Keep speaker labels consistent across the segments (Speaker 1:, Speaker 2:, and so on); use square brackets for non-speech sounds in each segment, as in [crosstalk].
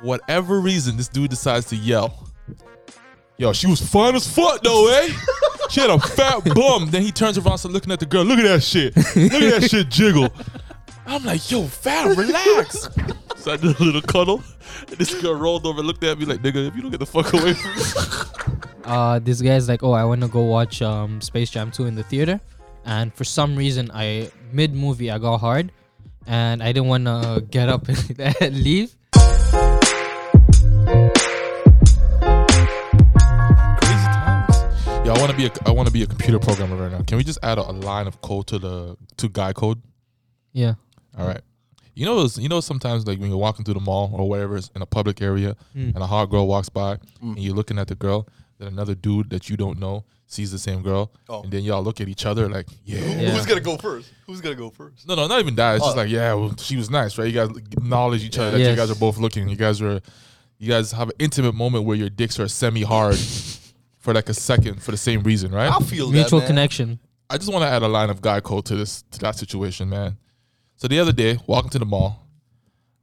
Speaker 1: whatever reason, this dude decides to yell. Yo, she was fine as fuck though, eh? she had a fat bum. Then he turns around, starts looking at the girl. Look at that shit. Look at that shit jiggle. I'm like, yo, fat, relax. so I did a little cuddle. And this girl rolled over, looked at me like, nigga, if you don't get the fuck away from me.
Speaker 2: uh, this guy's like, oh, I want to go watch um, Space Jam 2 in the theater. And for some reason, I mid movie, I got hard and I didn't want to get up and [laughs] leave.
Speaker 1: Crazy times. Yeah, I want to be a I want to be a computer programmer right now. Can we just add a, a line of code to the to guy code?
Speaker 2: Yeah.
Speaker 1: All right. You know, those- you know, sometimes like when you're walking through the mall or wherever it's in a public area,
Speaker 2: Mm.
Speaker 1: and a hot girl walks by,
Speaker 3: Mm.
Speaker 1: and you're looking at the girl, then another dude that you don't know sees the same girl,
Speaker 3: Oh.
Speaker 1: and then y'all look at each other like, yeah.
Speaker 2: Yeah.
Speaker 3: Who's gonna go first? Who's gonna go first?
Speaker 1: No, no, not even that. It's just
Speaker 3: Oh.
Speaker 1: like, yeah, well, she was nice, right? You guys acknowledge each other. That you
Speaker 2: Yes.
Speaker 1: guys are both looking. You guys are, you guys have an intimate moment where your dicks are
Speaker 2: [laughs]
Speaker 1: semi-hard for like a second for the same reason, right?
Speaker 3: I feel
Speaker 2: Mutual
Speaker 3: that, man.
Speaker 2: connection.
Speaker 1: I just want to add a line of guy code to this to that situation, man. So the other day, walking to the mall,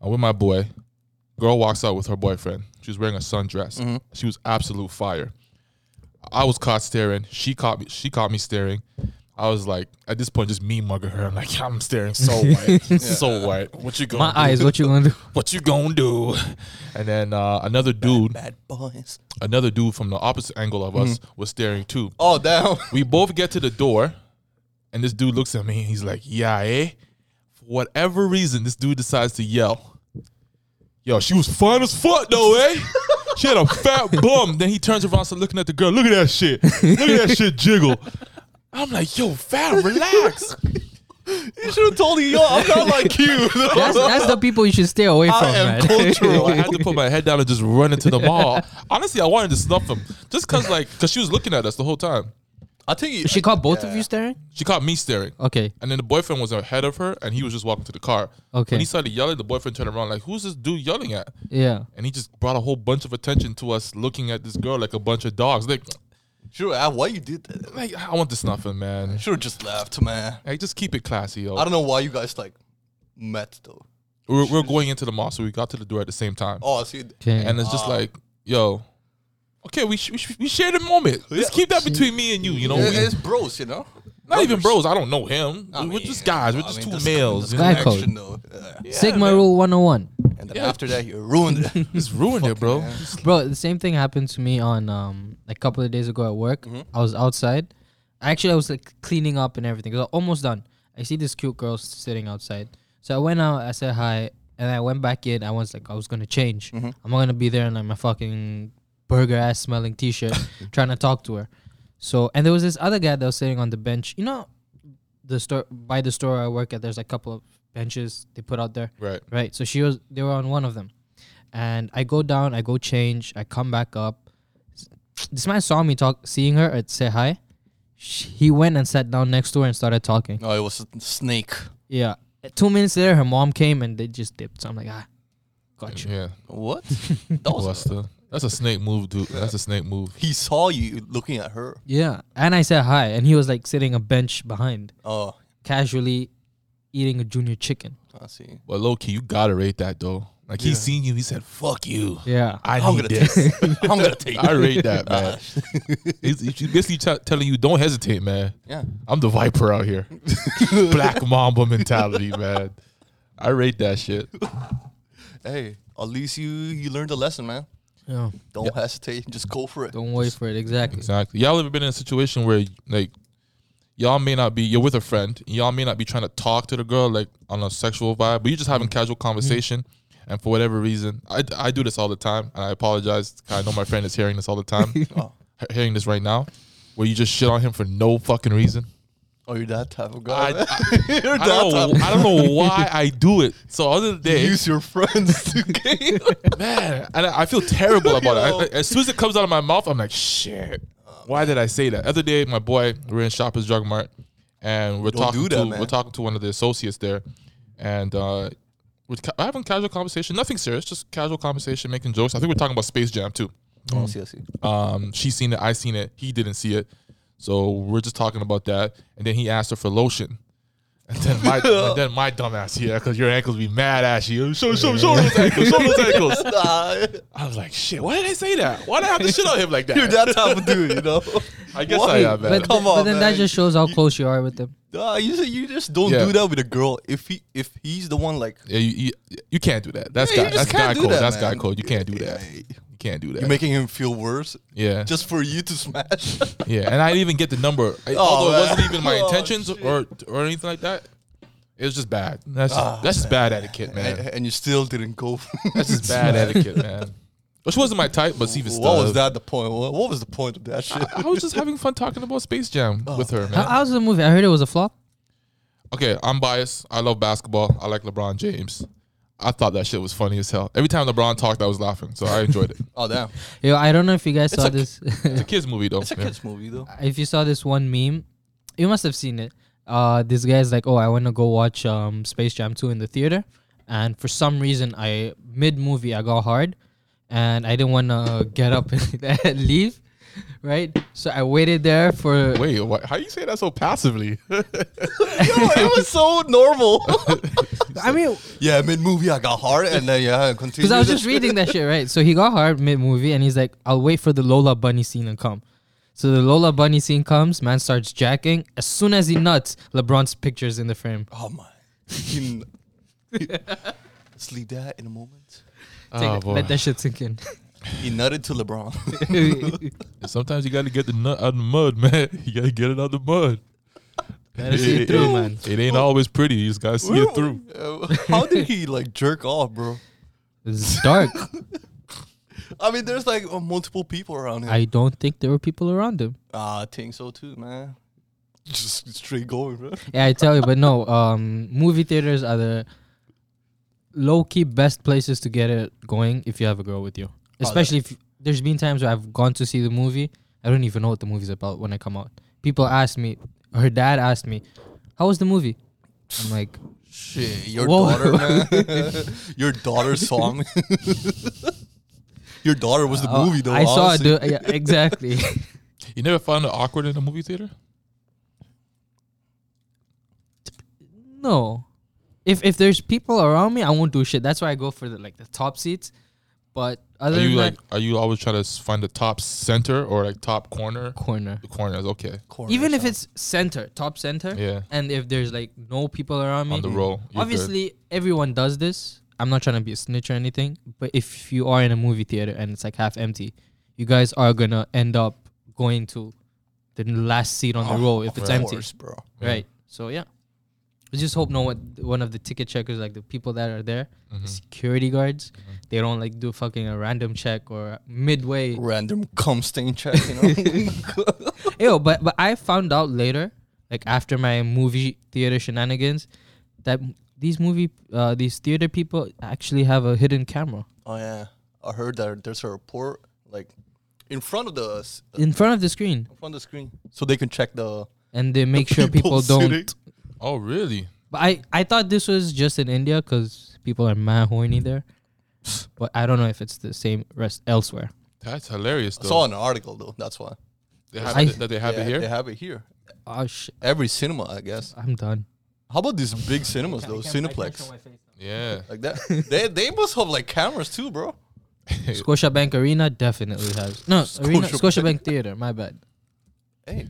Speaker 1: I'm with my boy. Girl walks out with her boyfriend. She was wearing a sundress. She was absolute fire. I was caught staring. She caught me. She caught me staring. I was like, at this point, just me mugging her. I'm like, I'm staring
Speaker 2: [laughs]
Speaker 1: so white, so white. What you gonna
Speaker 3: [laughs]
Speaker 2: My
Speaker 1: do?
Speaker 2: eyes, what you gonna do?
Speaker 1: What you gonna do? And then uh, another dude,
Speaker 3: Bad boys.
Speaker 1: another dude from the opposite angle of us was staring too.
Speaker 3: Oh damn. [laughs]
Speaker 1: We both get to the door, and this dude looks at me. And he's like, "Yeah, eh?" For whatever reason, this dude decides to yell. Yo, she was fine as fuck though, eh? she had a fat bum. Then he turns around, starts looking at the girl. Look at that shit. Look at that shit jiggle. I'm like, yo, fat, relax.
Speaker 3: You should have told me, yo, I'm not like
Speaker 2: [laughs]
Speaker 3: you.
Speaker 2: That's, that's the people you should stay away from,
Speaker 3: I am
Speaker 2: man.
Speaker 1: Bro, I
Speaker 3: cultural.
Speaker 1: had to put my head down and just run into the mall. Honestly, I wanted to snuff him just cause like, cause she was looking at us the whole time.
Speaker 3: I think
Speaker 2: [laughs]
Speaker 3: you.
Speaker 2: she caught both of you staring?
Speaker 1: She caught me staring.
Speaker 2: Okay.
Speaker 1: And then the boyfriend was ahead of her, and he was just walking to the car.
Speaker 2: Okay.
Speaker 1: When he started yelling, the boyfriend turned around like, "Who's this dude yelling at?"
Speaker 2: Yeah.
Speaker 1: And he just brought a whole bunch of attention to us, looking at this girl like a bunch of dogs. Like,
Speaker 3: Sure, ah, why you did that?
Speaker 1: like I want this nothing, man.
Speaker 3: Should have just left, man.
Speaker 1: Like, just keep it classy, yo.
Speaker 3: I don't know why you guys like met though.
Speaker 1: We're, we're going into the mall, so we got to the door at the same time,
Speaker 3: Oh, I see.
Speaker 2: Okay.
Speaker 1: and it's just like, yo, okay, we sh- we, sh- we shared a moment. Let's
Speaker 3: Yeah.
Speaker 1: keep that between me and you. You know,
Speaker 3: It-
Speaker 1: We-
Speaker 3: it's bros, you know.
Speaker 1: not even bros. I don't know him.
Speaker 3: I
Speaker 1: we're
Speaker 3: mean,
Speaker 1: just guys. We're
Speaker 3: I
Speaker 1: just
Speaker 3: mean,
Speaker 1: two
Speaker 3: this-
Speaker 1: males.
Speaker 3: [laughs] this
Speaker 1: you [laughs] know?
Speaker 2: Guy code.
Speaker 3: connection, though, yeah.
Speaker 2: Sigma
Speaker 1: man.
Speaker 2: Rule 101.
Speaker 3: And then after that, you ruined
Speaker 2: [laughs]
Speaker 3: it.
Speaker 1: Just ruined it, bro.
Speaker 2: Bro, the same thing happened to me on um a couple of days ago at work. I was outside. Actually, I was like cleaning up and everything. I was almost done. I see this cute girl s- sitting outside. So I went out. I said hi, and I went back in. I was like, I was gonna change. I'm not gonna be there in like my fucking burger ass smelling t-shirt, trying to talk to her. So and there was this other guy that was sitting on the bench. You know, the store by the store I work at. There's a couple of benches they put out there.
Speaker 1: Right.
Speaker 2: Right. So she was they were on one of them. And I go down, I go change, I come back up. This man saw me talk seeing her, I'd say hi. Sh he went and sat down next to her and started talking.
Speaker 3: No, it was a snake.
Speaker 2: Yeah. Two minutes later her mom came and they just dipped. So I'm like, ah, got you.
Speaker 1: Yeah.
Speaker 3: What? That
Speaker 2: [laughs]
Speaker 3: was.
Speaker 1: Buster. That's a snake move, dude. That's a snake move.
Speaker 3: He saw you looking at her.
Speaker 2: Yeah. And I said hi. And he was like sitting a bench behind,
Speaker 3: Oh,
Speaker 2: casually eating a junior chicken.
Speaker 3: I see.
Speaker 1: But low key, you gotta rate that though. Like he seen you, he said, "Fuck you."
Speaker 2: Yeah.
Speaker 1: I
Speaker 3: I'm
Speaker 1: need
Speaker 3: gonna
Speaker 1: this. [laughs]
Speaker 3: take. I'm gonna take.
Speaker 1: I
Speaker 3: it.
Speaker 1: rate that, [laughs] man. He's, he's basically t- telling you, don't hesitate, man.
Speaker 3: Yeah.
Speaker 1: I'm the viper out here, [laughs] black mamba mentality, man. I rate that shit.
Speaker 3: Hey, at least you you learned a lesson, man.
Speaker 2: Yeah.
Speaker 3: Don't hesitate. Just go for it.
Speaker 2: Don't wait for it. Exactly.
Speaker 1: Exactly. Y'all ever been in a situation where like y'all may not be you're with a friend, y'all may not be trying to talk to the girl like on a sexual vibe, but you're just having
Speaker 3: Mm-hmm.
Speaker 1: casual conversation. And for whatever reason, I, I do this all the time, and I apologize. 'cause I know my friend is hearing this all the time,
Speaker 3: [laughs] Oh.
Speaker 1: he- hearing this right now, where you just shit on him for no fucking reason.
Speaker 3: Oh, [laughs] you're that type of
Speaker 1: I, [laughs]
Speaker 3: guy. man.
Speaker 1: I,
Speaker 3: you're
Speaker 1: I
Speaker 3: that
Speaker 1: don't
Speaker 3: type.
Speaker 1: know, I don't know why I do it. So other day,
Speaker 3: Use
Speaker 1: [laughs]
Speaker 3: your friends to game.
Speaker 1: man, and I, I feel terrible about
Speaker 3: Yo.
Speaker 1: it. I- I- as soon as it comes out of my mouth, I'm like, shit. Why did I say that? Other day, my boy, we were in Shoppers Drug Mart, and we're
Speaker 3: Don't
Speaker 1: talking
Speaker 3: do that,
Speaker 1: to
Speaker 3: man.
Speaker 1: we're talking to one of the associates there, and uh, we're ca- having casual conversation, nothing serious, just casual conversation, making jokes. I think we're talking about Space Jam too.
Speaker 3: Oh, I see, I see.
Speaker 1: Um, she seen it, I seen it, he didn't see it, so we're just talking about that. And then he asked her for lotion, And then my and then my dumbass here, because your ankles be mad ashy. Show, show, show those ankles, show those ankles.
Speaker 3: [laughs] Nah,
Speaker 1: [laughs] I was like, shit, why did I say that? Why did I have to shit on him like
Speaker 3: [laughs]
Speaker 1: that?
Speaker 3: you're that type of dude, you know.
Speaker 1: [laughs] I guess
Speaker 3: Why?
Speaker 1: I am, man.
Speaker 2: But,
Speaker 3: Come
Speaker 2: but
Speaker 3: on,
Speaker 2: then
Speaker 3: man.
Speaker 2: that just shows how close you are with them.
Speaker 3: Nah, you just, you just don't
Speaker 1: Yeah.
Speaker 3: do that with a girl. If he if he's the one like
Speaker 1: Yeah, you, you, you can't do that. That's
Speaker 3: Yeah, you
Speaker 1: guy,
Speaker 3: just
Speaker 1: that's
Speaker 3: can't
Speaker 1: guy
Speaker 3: do
Speaker 1: code.
Speaker 3: that,
Speaker 1: that's
Speaker 3: man.
Speaker 1: guy code. You can't do that.
Speaker 3: Yeah.
Speaker 1: You can't do that.
Speaker 3: you're making him feel worse
Speaker 1: yeah,
Speaker 3: just for you
Speaker 1: [laughs]
Speaker 3: to smash. [laughs]
Speaker 1: yeah. And I didn't even get the number, I- although
Speaker 3: man.
Speaker 1: it wasn't even my
Speaker 3: Oh,
Speaker 1: intentions or or anything like that. It was just bad. That's just, that's just bad etiquette,
Speaker 3: and,
Speaker 1: man.
Speaker 3: and you still didn't go.
Speaker 1: [laughs]
Speaker 3: [laughs]
Speaker 1: That's just bad etiquette, man. Which wasn't my type, but Steve is
Speaker 3: what was
Speaker 1: still-
Speaker 3: that the point? What, what was the point of that Oh. shit?
Speaker 1: I was just having fun talking about Space Jam with her,
Speaker 2: How,
Speaker 3: [laughs]
Speaker 1: man.
Speaker 2: how's the movie? I heard it was a flop.
Speaker 1: Okay, I'm biased. I love basketball. I like LeBron James. I thought that shit was funny as hell. Every time LeBron talked, I was laughing, so I enjoyed it.
Speaker 3: oh damn,
Speaker 2: Yo, I don't know if you guys saw
Speaker 3: a-
Speaker 2: this. [laughs]
Speaker 1: It's a kids movie though.
Speaker 3: it's a
Speaker 1: Yeah.
Speaker 3: kids
Speaker 1: [laughs]
Speaker 3: movie though.
Speaker 2: if you saw this one meme, you must have seen it. Uh, this guy's like, "Oh, I want to go watch um Space Jam 2 in the theater," and for some reason, I mid movie I got hard, and I didn't want to get up [laughs] and leave, right? So I waited there for.
Speaker 1: Wait, what, how you say that so passively? [laughs]
Speaker 3: Yo, it was so normal.
Speaker 2: I
Speaker 1: [laughs]
Speaker 2: mean,
Speaker 3: yeah, mid movie I got hard, and then yeah, continue.
Speaker 2: Because I was just reading that shit, right? So he got hard mid movie and he's like, I'll wait for the Lola Bunny scene to come. So the Lola Bunny scene comes, man starts jacking. As soon as he nuts, LeBron's picture's in the frame.
Speaker 3: Oh my. You kn- Let's leave that in a moment.
Speaker 2: Take
Speaker 1: oh
Speaker 2: it-
Speaker 1: boy.
Speaker 2: let that shit sink
Speaker 3: [laughs]
Speaker 2: in.
Speaker 3: He nutted to [laughs] LeBron.
Speaker 1: Sometimes you got to get the nut out of the mud, [laughs] man. You got to get it out of the mud.
Speaker 2: Gotta see it through, man.
Speaker 1: It ain't always pretty. You just got to see it through.
Speaker 3: Uh, How did he like jerk off, bro?
Speaker 2: [laughs] It's dark.
Speaker 3: I mean, there's like uh, multiple people around him.
Speaker 2: I don't think there were people around him.
Speaker 3: Ah, I think so too, man. Just straight going, bro.
Speaker 2: Yeah, I tell you, but no, um, movie theaters are the low key best places to get it going if you have a girl with you.
Speaker 3: that-
Speaker 2: Especially if there's been times where I've gone to see the movie, I don't even know what the movie's about when I come out. People ask me, her dad asked me, "How was the movie?" I'm like,
Speaker 3: Shit, your
Speaker 2: Whoa.
Speaker 3: daughter, man.
Speaker 2: [laughs]
Speaker 3: your daughter's song. your daughter was the
Speaker 2: "Oh,
Speaker 3: movie, though.
Speaker 2: I saw it.
Speaker 3: honestly.
Speaker 2: dude." Yeah,
Speaker 3: [laughs]
Speaker 2: exactly.
Speaker 1: You never found it awkward in a movie theater?
Speaker 2: no, if if there's people around me, I won't do shit. That's why I go for the like the top seats. But other
Speaker 1: Are you
Speaker 2: than
Speaker 1: like,
Speaker 2: that,
Speaker 1: are you always trying to s- find the top center or like top corner?
Speaker 2: corner.
Speaker 1: The corner is okay.
Speaker 3: Corner
Speaker 2: Even if
Speaker 3: song.
Speaker 2: it's center, top center,
Speaker 1: Yeah,
Speaker 2: and if there's like no people around me,
Speaker 1: on the roll. You're good.
Speaker 2: obviously everyone does this. I'm not trying to be a snitch or anything, but if you are in a movie theater and it's like half empty, you guys are gonna end up going to the last seat
Speaker 1: Oh,
Speaker 2: on the row if it's
Speaker 3: Of
Speaker 2: empty,
Speaker 3: course, bro.
Speaker 1: Yeah.
Speaker 2: right? So yeah, we just hope no one, one of the ticket checkers, like the people that are there, the
Speaker 1: Mm-hmm.
Speaker 2: security guards, they don't like do fucking a random check or midway. [laughs]
Speaker 3: Random cum stain check, you know.
Speaker 2: Yo, but but I found out later, like after my movie theater shenanigans, that m- these movie uh, these theater people actually have a hidden camera
Speaker 3: oh yeah, I heard that there's a report like in front of the s-
Speaker 2: in front of the screen,
Speaker 3: in front of the screen, so they can check the.
Speaker 2: and they make sure people
Speaker 3: people sitting.
Speaker 2: don't.
Speaker 1: Oh, really?
Speaker 2: But I I thought this was just in India because people are mad horny there, but I don't know if it's the same rest elsewhere.
Speaker 1: That's hilarious.
Speaker 3: I
Speaker 1: Though.
Speaker 3: saw an article though. That's why
Speaker 1: they have
Speaker 2: I-
Speaker 1: it, that they have
Speaker 3: Yeah,
Speaker 1: it here.
Speaker 3: They have it here.
Speaker 2: Oh shit,
Speaker 3: Every cinema, I guess.
Speaker 2: I'm done.
Speaker 3: How about these
Speaker 2: [laughs]
Speaker 3: big cinemas though? Cineplex,
Speaker 1: Yeah.
Speaker 3: [laughs] like that. they they must have like cameras too, bro.
Speaker 2: Scotiabank Arena definitely has no Arena, Scotiabank Theater. My bad.
Speaker 3: Hey,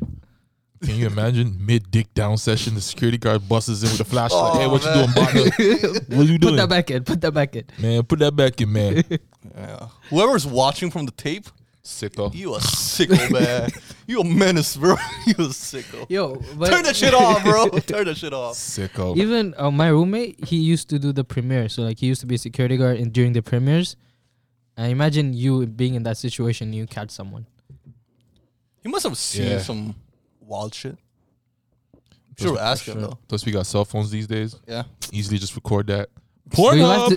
Speaker 1: Can you imagine mid dick down session? The security guard buses in with a flashlight.
Speaker 3: Oh,
Speaker 1: hey, what
Speaker 3: man.
Speaker 1: you doing,
Speaker 3: [laughs]
Speaker 1: Bob? what you
Speaker 2: Put
Speaker 1: doing,
Speaker 2: that back in. Put that back in.
Speaker 1: man? Put that back in, man.
Speaker 3: yeah. whoever's watching from the tape,
Speaker 1: Sick though.
Speaker 3: you a sicko,
Speaker 2: [laughs]
Speaker 3: man. you a menace, bro. [laughs] you a sicko.
Speaker 2: Yo, but
Speaker 3: Turn that shit
Speaker 2: [laughs]
Speaker 3: off, bro. Turn that shit off.
Speaker 1: Sicko.
Speaker 2: Even uh, my roommate, he used to do the premiere. So like he used to be a security guard in, during the premieres. And imagine you being in that situation, you catch someone.
Speaker 3: He must have seen
Speaker 1: Yeah.
Speaker 3: some wild shit. I'm sure, we'll ask him
Speaker 2: sure.
Speaker 3: though.
Speaker 1: Plus, we got cell phones these days.
Speaker 3: Yeah. [laughs]
Speaker 1: Easily just record that.
Speaker 2: But you'll
Speaker 1: Pornhub.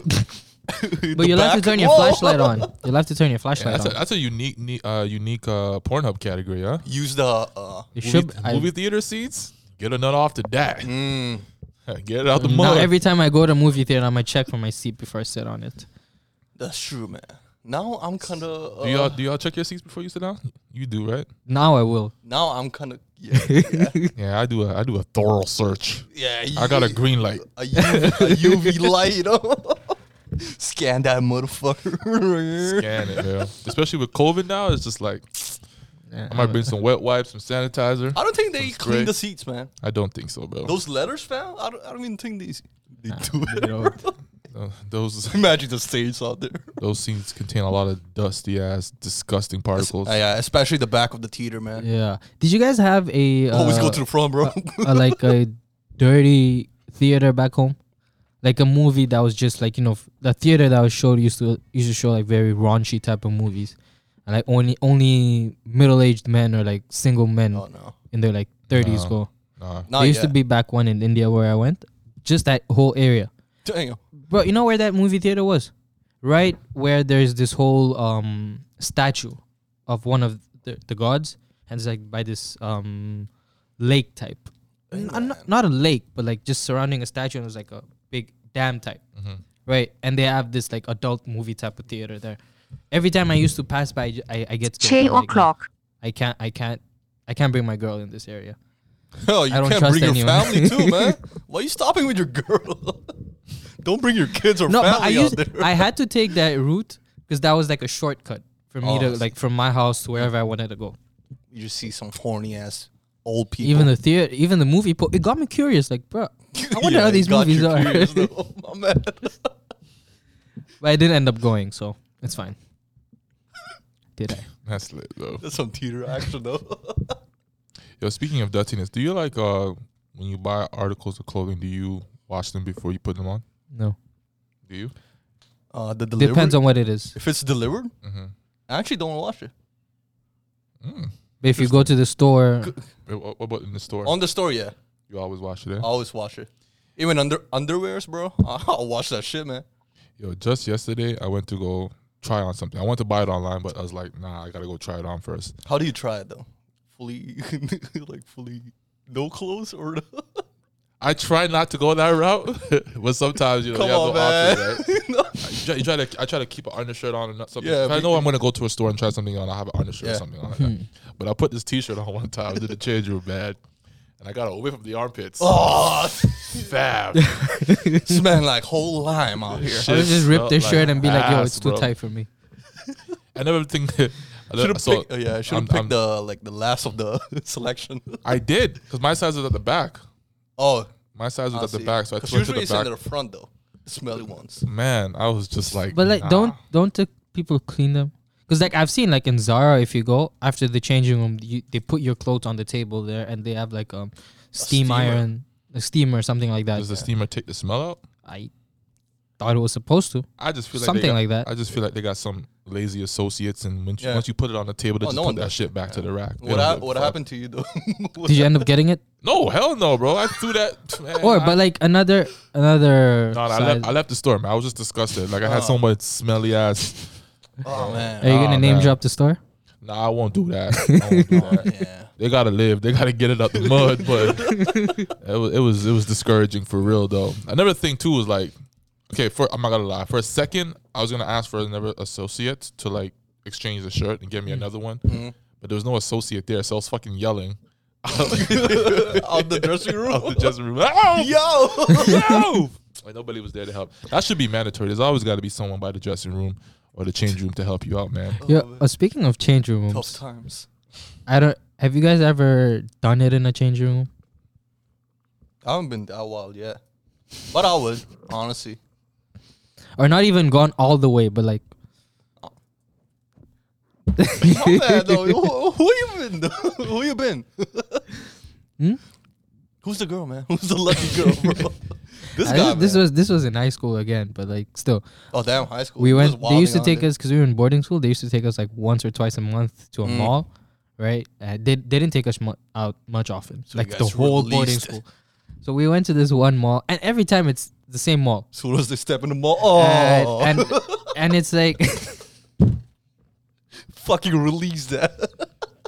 Speaker 2: have to, [laughs] but you'll have to turn your flashlight
Speaker 3: [laughs]
Speaker 2: on. You'll have to turn your flashlight
Speaker 1: That's a,
Speaker 2: on.
Speaker 1: that's a unique, ne- uh, unique uh, Pornhub category, huh?
Speaker 3: [laughs] Use the. Uh,
Speaker 2: You should.
Speaker 1: movie,
Speaker 2: I,
Speaker 1: movie theater seats. Get a nut off to that.
Speaker 3: mm,
Speaker 1: [laughs] Get it out the
Speaker 2: now
Speaker 1: mud.
Speaker 2: every time I go to movie theater, I'm gonna check for my seat before I sit on it.
Speaker 3: that's true, man. Now I'm uh, kind of. Uh,
Speaker 1: do y'all do y'all check your seats before you sit down? You do right?
Speaker 2: Now I will.
Speaker 3: Now I'm kind of
Speaker 1: [laughs]
Speaker 3: yeah,
Speaker 1: Yeah, I do. A, I do a thorough search.
Speaker 3: yeah.
Speaker 1: I got a
Speaker 3: yeah.
Speaker 1: green light.
Speaker 3: a UV,
Speaker 1: [laughs]
Speaker 3: a UV light, you know. Scan that motherfucker.
Speaker 1: Scan it, yeah. Especially with COVID now, it's just like
Speaker 2: Yeah,
Speaker 1: I might bring some wet wipes, some sanitizer.
Speaker 3: I don't think they
Speaker 1: That's
Speaker 3: clean
Speaker 1: great. Oh.
Speaker 3: the seats, man.
Speaker 1: I don't think so, bro.
Speaker 3: Those letters, fam. I don't, I don't even think these. They do
Speaker 2: you
Speaker 3: it. [laughs]
Speaker 2: know, [laughs]
Speaker 1: Uh, those [laughs]
Speaker 3: Imagine the stains out there.
Speaker 1: those scenes contain a lot of dusty ass, disgusting particles.
Speaker 3: yeah, especially the back of the theater, man.
Speaker 2: yeah. Did you guys have a uh,
Speaker 3: Always go to the front, bro.
Speaker 2: uh, like a dirty theater back home? Like a movie that was just like you know f- the theater that was showed used to used to show like very raunchy type of movies, and like only only middle aged men or like single men
Speaker 3: oh no,
Speaker 2: in their like thirties
Speaker 1: No.
Speaker 2: go.
Speaker 1: Nah.
Speaker 3: not
Speaker 2: there used to
Speaker 3: yet.
Speaker 2: be back one in India where I went, just that whole area.
Speaker 3: Dang.
Speaker 2: Bro, you know where that movie theater was? Right where there's this whole um statue of one of the, the gods, and it's like by this um lake type. N- uh, not, not a lake, but like just surrounding a statue, and it was like a big dam type. Right, and they have this like adult movie type of theater there. Every time I used to pass by, I, ju- I, I get scared.
Speaker 4: Che
Speaker 2: I'm like, no,
Speaker 4: o'clock.
Speaker 2: I can't, I can't, I can't bring my girl in this area.
Speaker 3: Hell, Oh, you
Speaker 2: I don't
Speaker 3: can't
Speaker 2: trust
Speaker 3: bring your
Speaker 2: anyone.
Speaker 3: family
Speaker 2: [laughs]
Speaker 3: too, man. Why you stopping with your girl? [laughs] don't bring your kids or
Speaker 2: No,
Speaker 3: family
Speaker 2: but I
Speaker 3: out
Speaker 2: used
Speaker 3: there.
Speaker 2: I had to take that route because that was like a shortcut for me
Speaker 3: Oh, I
Speaker 2: to
Speaker 3: see.
Speaker 2: like from my house to wherever I wanted to go.
Speaker 3: you just see some horny ass old people.
Speaker 2: Even the
Speaker 3: [laughs]
Speaker 2: theater, even the movie, po- it got me curious. Like, bro, I wonder how these movies are.
Speaker 3: oh,
Speaker 2: [laughs]
Speaker 3: [laughs] my man.
Speaker 2: but I didn't end up going, so it's fine. Did I?
Speaker 1: That's lit though.
Speaker 3: That's some theater action though. [laughs]
Speaker 1: Yo, speaking of dustiness, do you like uh when you buy articles of clothing, do you wash them before you put them on?
Speaker 2: No.
Speaker 1: Do you?
Speaker 3: Uh, the delivery.
Speaker 2: Depends on what it is.
Speaker 3: if it's delivered.
Speaker 1: Mm-hmm.
Speaker 3: I actually don't watch it
Speaker 1: Mm.
Speaker 2: But if you go to the store,
Speaker 1: Wait, What, what about in the store?
Speaker 3: on the store. Yeah,
Speaker 1: you always wash it in.
Speaker 2: Oh.
Speaker 3: I always watch it. Even under underwears, bro. [laughs] I'll watch that shit, man.
Speaker 1: Yo, just yesterday I went to go try on something. I went to buy it online, but I was like, nah, I gotta go try it on first.
Speaker 3: How do you try it though? Fully, [laughs] like fully, no clothes or
Speaker 1: I try not to go that route, [laughs] but sometimes you know
Speaker 3: Come
Speaker 1: you have
Speaker 3: on,
Speaker 1: no
Speaker 3: man.
Speaker 1: option, right?
Speaker 3: [laughs] no.
Speaker 1: You try, you try to I try to keep an undershirt on and not something.
Speaker 3: Yeah,
Speaker 1: if I
Speaker 3: we-
Speaker 1: know I'm gonna go to a store and try something on. I have an undershirt
Speaker 3: Yeah.
Speaker 1: or something on. [laughs] Like that. But I put this T-shirt on one time. I did a change room, man, and I got it away from the armpits.
Speaker 3: [laughs]
Speaker 2: [laughs]
Speaker 3: Oh,
Speaker 1: Fab.
Speaker 3: smelling like whole lime out here.
Speaker 2: I would just rip their shirt and be like, "Yo, it's too
Speaker 1: bro.
Speaker 2: tight for me."
Speaker 1: I never think. [laughs] I,
Speaker 3: Should
Speaker 1: never,
Speaker 3: have
Speaker 1: so
Speaker 3: picked. oh, yeah, I should
Speaker 1: I'm-
Speaker 3: have picked
Speaker 1: I'm-
Speaker 3: the like the last
Speaker 1: [laughs]
Speaker 3: of the selection.
Speaker 1: I did because my size was at the back.
Speaker 3: Oh,
Speaker 1: My size was
Speaker 3: I
Speaker 1: at the
Speaker 3: see.
Speaker 1: back, so I
Speaker 3: 'Cause
Speaker 1: threw it to
Speaker 3: usually
Speaker 1: the
Speaker 3: it's
Speaker 1: back.
Speaker 3: in the front though, the smelly ones.
Speaker 1: Man, I was just like,
Speaker 2: But like,
Speaker 1: nah.
Speaker 2: don't don't the people clean them? Because like I've seen like in Zara, if you go after the changing room, you, they put your clothes on the table there, and they have like um steam
Speaker 3: steamer.
Speaker 2: iron, a steamer, something like that.
Speaker 1: does the steamer take the smell out?
Speaker 2: I thought it was supposed to.
Speaker 1: I just feel like
Speaker 2: Something
Speaker 1: they got,
Speaker 2: like that.
Speaker 1: I just feel like they got some lazy associates, and when you-
Speaker 3: Yeah.
Speaker 1: once you put it on the table, they
Speaker 3: Oh,
Speaker 1: just
Speaker 3: no
Speaker 1: put
Speaker 3: one
Speaker 1: that
Speaker 3: does.
Speaker 1: shit back to the rack. They
Speaker 3: What
Speaker 1: don't
Speaker 3: hap-
Speaker 1: give a
Speaker 3: what
Speaker 1: fuck.
Speaker 3: happened to you though? [laughs] What
Speaker 2: Did you end up getting
Speaker 3: [laughs]
Speaker 2: it?
Speaker 1: No, hell no, bro. I threw that. [laughs] Man,
Speaker 2: Or
Speaker 1: I-
Speaker 2: but like another another.
Speaker 1: No, no, I,
Speaker 2: size.
Speaker 1: left, I left the store, man. I was just disgusted. Like I had
Speaker 3: Oh.
Speaker 1: so much smelly ass.
Speaker 3: Oh
Speaker 2: Are
Speaker 3: man.
Speaker 2: you
Speaker 1: Oh,
Speaker 2: gonna name
Speaker 1: man.
Speaker 2: drop the store?
Speaker 1: Nah, I won't do
Speaker 2: [laughs]
Speaker 1: that. I won't do that.
Speaker 3: yeah.
Speaker 1: They gotta live. They gotta get it out the mud. But it was, it was it was discouraging for real though. Another thing too was like, okay, for I'm not gonna lie. For a second, I was gonna ask for another associate to like exchange the shirt and get me another one, but there was no associate there, so I was fucking yelling
Speaker 3: Out the dressing room.
Speaker 1: out the dressing room. "Ow!
Speaker 3: Yo.
Speaker 1: [laughs] Ow!" Like nobody was there to help. That should be mandatory. There's always got to be someone by the dressing room or the change room to help you out, man.
Speaker 3: Oh,
Speaker 2: Yeah. Uh, speaking of change
Speaker 3: Tough
Speaker 2: rooms,
Speaker 3: times.
Speaker 2: I don't. Have you guys ever done it in a change room?
Speaker 3: I haven't been that wild yet, but I would honestly.
Speaker 2: Or not even gone all the way, but like [laughs]
Speaker 3: My bad, though. Who, who you been? though? [laughs] who you been?
Speaker 2: Hmm?
Speaker 3: Who's the girl, man? [laughs] Who's the lucky girl, bro?
Speaker 2: [laughs]
Speaker 3: this
Speaker 2: I-
Speaker 3: guy.
Speaker 2: this
Speaker 3: man.
Speaker 2: was this was in high school again, but like still,
Speaker 3: oh damn, high school.
Speaker 2: we
Speaker 3: He was
Speaker 2: went. They used to
Speaker 3: wilding out
Speaker 2: take
Speaker 3: there.
Speaker 2: us because we were in boarding school. They used to take us like once or twice a month to a
Speaker 3: Mm.
Speaker 2: mall, right? Uh, they, they didn't take us mu- out much often,
Speaker 3: So you
Speaker 2: like the
Speaker 3: guys were
Speaker 2: whole boarding
Speaker 3: released.
Speaker 2: school. So we went to this one mall, and every time it's the same mall,
Speaker 3: Soon as they step in the mall,
Speaker 2: And-
Speaker 3: oh,
Speaker 2: Uh, and and it's like [laughs]
Speaker 3: fucking release that.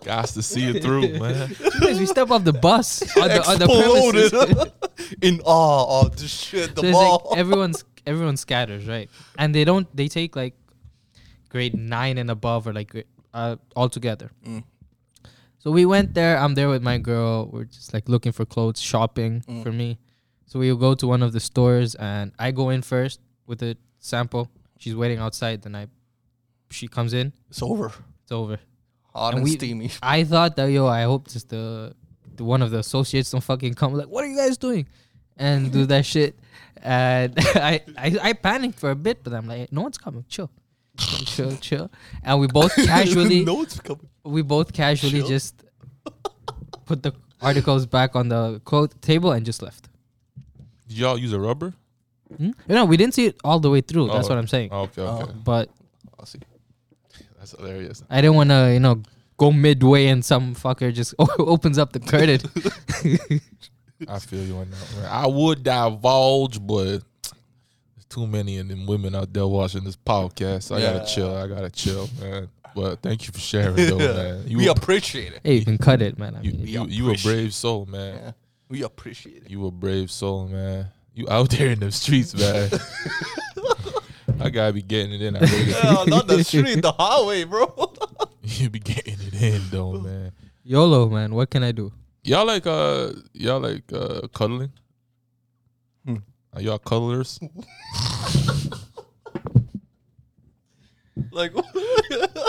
Speaker 1: Got to see it through, man.
Speaker 2: sometimes we step off the bus [laughs] on the, on the premises.
Speaker 3: [laughs] Exploded
Speaker 2: So
Speaker 3: in awe of the shit. The
Speaker 2: it's
Speaker 3: mall.
Speaker 2: like everyone's everyone scatters, right? And they
Speaker 3: Mm.
Speaker 2: don't they take like grade nine and above or like grade- uh, all together. So we went there. I'm there with my girl. We're just like looking for clothes, shopping
Speaker 3: Mm.
Speaker 2: for me. So we go to one of the stores, and I go in first with a sample. She's waiting outside. Then I, she comes in.
Speaker 3: It's over.
Speaker 2: It's over.
Speaker 3: Hot
Speaker 2: And
Speaker 3: and,
Speaker 2: we- [laughs]
Speaker 3: steamy.
Speaker 2: I thought that yo, I hope just the, the one of the associates don't fucking come. Like, what are you guys doing? And do that [laughs] shit. And [laughs] I, I I panicked for a bit, but I'm like, no one's coming. Chill, chill, chill. And we both
Speaker 3: [laughs]
Speaker 2: casually
Speaker 3: no, it's coming.
Speaker 2: we both casually
Speaker 3: Chill.
Speaker 2: just put the articles back on the cloth table and just left.
Speaker 1: Did y'all use a rubber?
Speaker 2: Hmm? No, we didn't see it all the way through. That's
Speaker 1: Oh.
Speaker 2: what I'm saying.
Speaker 1: Oh, okay, okay.
Speaker 2: But
Speaker 3: I see.
Speaker 1: That's hilarious.
Speaker 2: I didn't want to, you know, go midway and some fucker just [laughs] o- opens up the curtain.
Speaker 1: I feel you on that. one. I would divulge, but there's too many of them women out there watching this podcast. I
Speaker 3: Yeah.
Speaker 1: gotta chill. I gotta chill, man. But thank you for sharing, though, man. You
Speaker 3: we
Speaker 1: a,
Speaker 3: appreciate it.
Speaker 2: hey, you can cut it, man. I
Speaker 1: you,
Speaker 2: mean,
Speaker 1: you, you a brave soul, man.
Speaker 3: Yeah. We appreciate
Speaker 2: [laughs]
Speaker 3: it.
Speaker 1: You a brave soul, man. You out there in the streets,
Speaker 3: [laughs]
Speaker 1: man. I gotta be getting it in. I really-
Speaker 3: yeah, not the street, the highway, bro.
Speaker 1: [laughs]
Speaker 3: [laughs]
Speaker 1: you be getting it in, though, man.
Speaker 2: YOLO, man. What can I do?
Speaker 1: Y'all like uh, y'all like uh, cuddling.
Speaker 3: Hmm.
Speaker 1: Are y'all
Speaker 3: [laughs]
Speaker 1: cuddlers?
Speaker 3: like,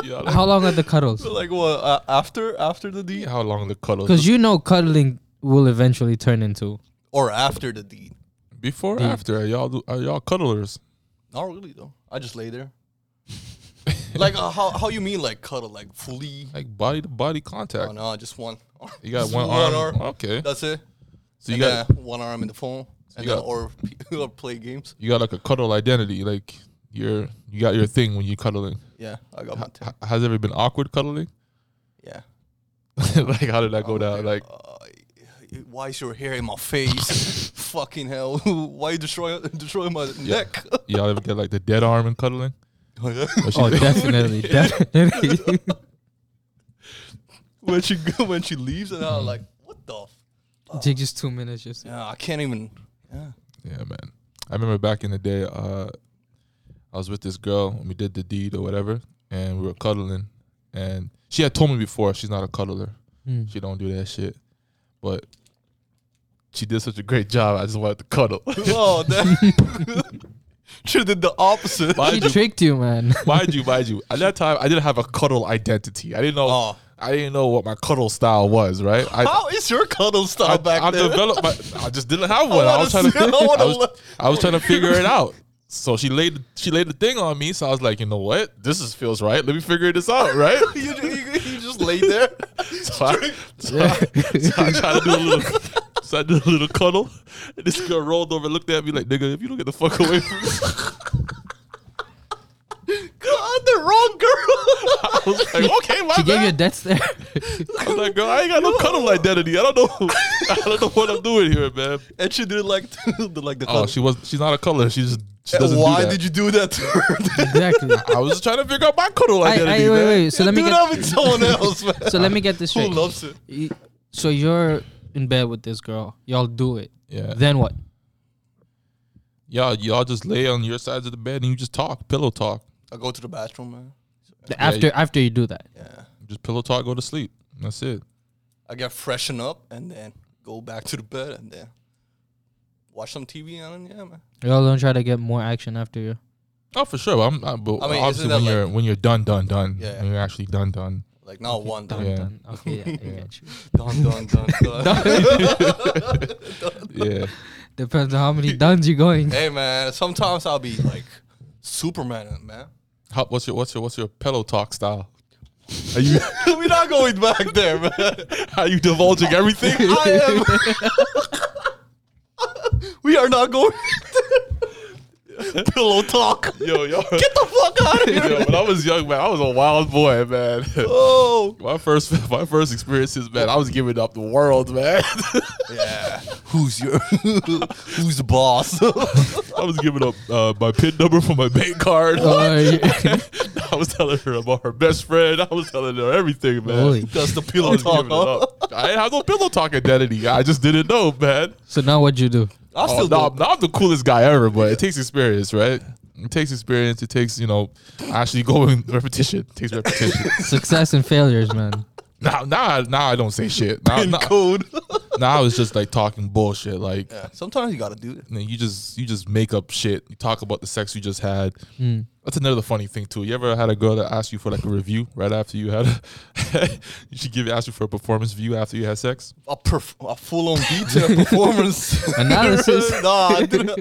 Speaker 1: Y'all like,
Speaker 2: How long are the
Speaker 3: [laughs]
Speaker 2: cuddles?
Speaker 3: like what? Uh, after after the deed
Speaker 1: how long the cuddles?
Speaker 2: Because you know, cuddling will eventually turn into.
Speaker 3: or after the deed?
Speaker 1: Before or
Speaker 2: Yeah.
Speaker 1: after? Are y'all do, are y'all cuddlers?
Speaker 3: Not really though. I just
Speaker 1: [laughs]
Speaker 3: lay there. like uh, how how you mean like cuddle like fully?
Speaker 1: Like body to body
Speaker 3: Oh
Speaker 1: contact.
Speaker 3: no, just one.
Speaker 1: You got
Speaker 3: [laughs] Just
Speaker 1: one arm.
Speaker 3: arm.
Speaker 1: Okay.
Speaker 3: That's it.
Speaker 1: So you
Speaker 3: and
Speaker 1: got
Speaker 3: then one arm in the phone, and
Speaker 1: you
Speaker 3: then
Speaker 1: got-
Speaker 3: or, [laughs] or play games.
Speaker 1: you got like a cuddle identity. Like you're you got your thing when you cuddling.
Speaker 3: Yeah, I got my
Speaker 1: H-
Speaker 3: tip.
Speaker 1: has ever been awkward cuddling? [laughs]
Speaker 3: Yeah.
Speaker 1: like how did that go
Speaker 3: I'm
Speaker 1: down? Like
Speaker 3: uh, why is your hair in
Speaker 1: [laughs]
Speaker 3: my face? Fucking hell! [laughs] why you destroy destroy my neck? [laughs]
Speaker 1: y'all ever get like the dead arm and cuddling? Or she-
Speaker 2: Oh, [laughs] definitely, definitely. [laughs]
Speaker 3: when she [laughs] go- when she leaves, and I'm like, what the? F-?
Speaker 2: Take just two minutes, just.
Speaker 3: Yeah, I can't even. Yeah.
Speaker 1: Yeah, man. I remember back in the day, uh, I was with this girl and we did the deed or whatever, and we were cuddling. And she had told me before she's not a cuddler.
Speaker 2: Hmm.
Speaker 1: She don't do that shit. But she did such a great job. I just wanted to cuddle. [laughs]
Speaker 3: Oh, [laughs] that. she did the opposite.
Speaker 2: She
Speaker 3: [laughs]
Speaker 1: mind you,
Speaker 2: tricked you, man.
Speaker 1: mind you, mind you. At that time, I didn't have a cuddle identity. I didn't know.
Speaker 3: Oh.
Speaker 1: I didn't know what my cuddle style was. Right. I,
Speaker 3: How is your cuddle style
Speaker 1: I,
Speaker 3: back
Speaker 1: I
Speaker 3: then?
Speaker 1: developed, my I just didn't have one. I,
Speaker 3: wanna
Speaker 1: was trying to.
Speaker 3: see- I wanna
Speaker 1: [laughs] I was,
Speaker 3: look.
Speaker 1: I was trying to figure it out. So she laid she laid the thing on me. So I was like, you know what? This is feels right. Let me figure this out, right?
Speaker 3: [laughs] [laughs] you, ju- you, you just lay there. [laughs]
Speaker 1: So I, so I, so I tried to do a little. So I did a little cuddle. And this girl rolled over, looked at me like, nigga, if you don't get the fuck away from me, [laughs]
Speaker 3: God, the wrong girl. [laughs]
Speaker 1: I was like, okay, my
Speaker 2: She gave you a
Speaker 1: bad.
Speaker 2: death stare.
Speaker 1: I was like, girl, I ain't got no cuddle identity. I don't know. [laughs] I don't know what I'm doing here, man.
Speaker 3: and she did like [laughs] the like the.
Speaker 1: Oh,
Speaker 3: Cuddle.
Speaker 1: she was. She's not a cuddler. She just. She doesn't
Speaker 3: Why
Speaker 1: do that.
Speaker 3: did you do that to her?
Speaker 2: exactly.
Speaker 1: I was just trying to figure out my cuddle
Speaker 2: I, I,
Speaker 1: identity.
Speaker 2: wait, wait,
Speaker 1: man. [laughs]
Speaker 2: wait. So let me
Speaker 3: do that
Speaker 2: get.
Speaker 3: with someone else, man.
Speaker 2: So let me get
Speaker 3: [laughs]
Speaker 2: this
Speaker 3: Who
Speaker 2: straight.
Speaker 3: loves it?
Speaker 2: Y- So you're in bed with this girl. Y'all do it.
Speaker 1: Yeah.
Speaker 2: Then what?
Speaker 1: Y'all, y'all just lay on your sides of the bed and you just talk, pillow talk,
Speaker 3: I go to the bathroom, man.
Speaker 2: after after you do that.
Speaker 3: Yeah.
Speaker 1: just pillow talk, go to sleep. That's it.
Speaker 3: I get freshen up and then go back to the bed and then watch some TV and then, yeah, man.
Speaker 2: Y'all don't try to get more action after you.
Speaker 1: Oh, for sure. I'm, I'm but
Speaker 3: I mean,
Speaker 1: obviously
Speaker 3: isn't that
Speaker 1: when you're when you're done, done, done.
Speaker 3: Yeah.
Speaker 1: When you're actually done,
Speaker 3: [laughs]
Speaker 1: done.
Speaker 3: Like not one
Speaker 2: Dun,
Speaker 1: Yeah.
Speaker 2: dun. Okay, yeah, I get you.
Speaker 3: dun dun dun [laughs] dun.
Speaker 1: Yeah.
Speaker 2: Depends on how many [laughs] duns you're going.
Speaker 3: hey man, sometimes I'll be like Superman,
Speaker 1: [laughs]
Speaker 3: man.
Speaker 1: How, what's your what's your what's your pillow talk
Speaker 3: [laughs]
Speaker 1: style? Are you
Speaker 3: We're not going back there,
Speaker 1: [laughs]
Speaker 3: man.
Speaker 1: are you divulging
Speaker 3: [laughs]
Speaker 1: everything?
Speaker 3: I am. we are not going. [laughs] Pillow talk.
Speaker 1: yo, yo, [laughs]
Speaker 3: Get the fuck out of here.
Speaker 1: yo. When I was young, man, I was a wild boy, man. [laughs]
Speaker 3: Oh.
Speaker 1: my first my first experiences, man, I was giving up the world, man. [laughs]
Speaker 3: Yeah. Who's your [laughs] Who's the boss? [laughs]
Speaker 1: I was giving up uh, my pin number for my bank card.
Speaker 2: Oh, yeah.
Speaker 1: [laughs] I was telling her about her best friend. I was telling her everything, man.
Speaker 2: Holy.
Speaker 3: That's the
Speaker 1: I
Speaker 3: pillow
Speaker 1: was giving it
Speaker 3: talk.
Speaker 1: up. I didn't have no pillow talk identity. I just didn't know, man.
Speaker 2: [laughs] So now what you do?
Speaker 3: I
Speaker 1: Oh,
Speaker 3: still
Speaker 1: now,
Speaker 3: do.
Speaker 1: I'm- now I'm the coolest guy ever, but it takes experience, right? It takes experience. [laughs] It takes, you know, actually going repetition. [laughs] It takes repetition.
Speaker 3: [laughs]
Speaker 2: Success and failures, man.
Speaker 1: Now, now, now I don't say shit. Now,
Speaker 3: In
Speaker 1: now,
Speaker 3: code.
Speaker 1: now I was just like talking bullshit. Like
Speaker 3: yeah. [laughs] Sometimes you gotta do it.
Speaker 1: and then you just you just make up shit. You talk about the sex you just had.
Speaker 2: Mm.
Speaker 1: That's another funny thing too. You ever had a girl that asked you for like a review right after you had? A [laughs] she give asked you for a performance view after you had sex.
Speaker 3: A, perf- a full-on detail
Speaker 1: [laughs]
Speaker 3: performance
Speaker 2: Analysis.
Speaker 3: nah, I didn't.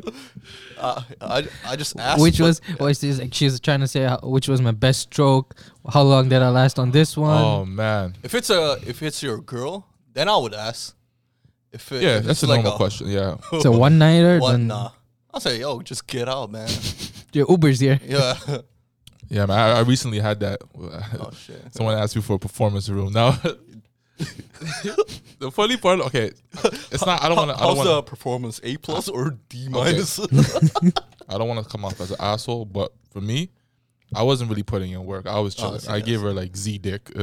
Speaker 3: Uh, [laughs] I, I just asked.
Speaker 2: which
Speaker 3: what-
Speaker 2: was was this, like, she was trying to say how, which was my best stroke. How long did I last on this one?
Speaker 1: Oh man,
Speaker 3: if it's a if it's your girl, then I would ask. If it,
Speaker 1: yeah,
Speaker 3: if
Speaker 1: that's a
Speaker 3: it's like
Speaker 1: normal question. Yeah,
Speaker 2: it's a one nighter.
Speaker 3: What?
Speaker 2: Then
Speaker 3: Nah. I'll say, yo, just get out, man. [laughs]
Speaker 2: your Uber's here.
Speaker 1: [laughs]
Speaker 3: yeah.
Speaker 1: yeah. Man, I, I recently had that. [laughs]
Speaker 3: oh shit.
Speaker 1: Someone asked me for a performance review. Now, [laughs] the funny part. Okay, it's not. I don't want to. I
Speaker 3: How's
Speaker 1: don't
Speaker 3: the
Speaker 1: want.
Speaker 3: performance? A plus or D minus?
Speaker 2: [laughs]
Speaker 1: I don't want to come off as an asshole. But for me. I wasn't really putting in work. I was chilling.
Speaker 3: so
Speaker 1: I
Speaker 3: yes.
Speaker 1: gave her like Z dick. [laughs]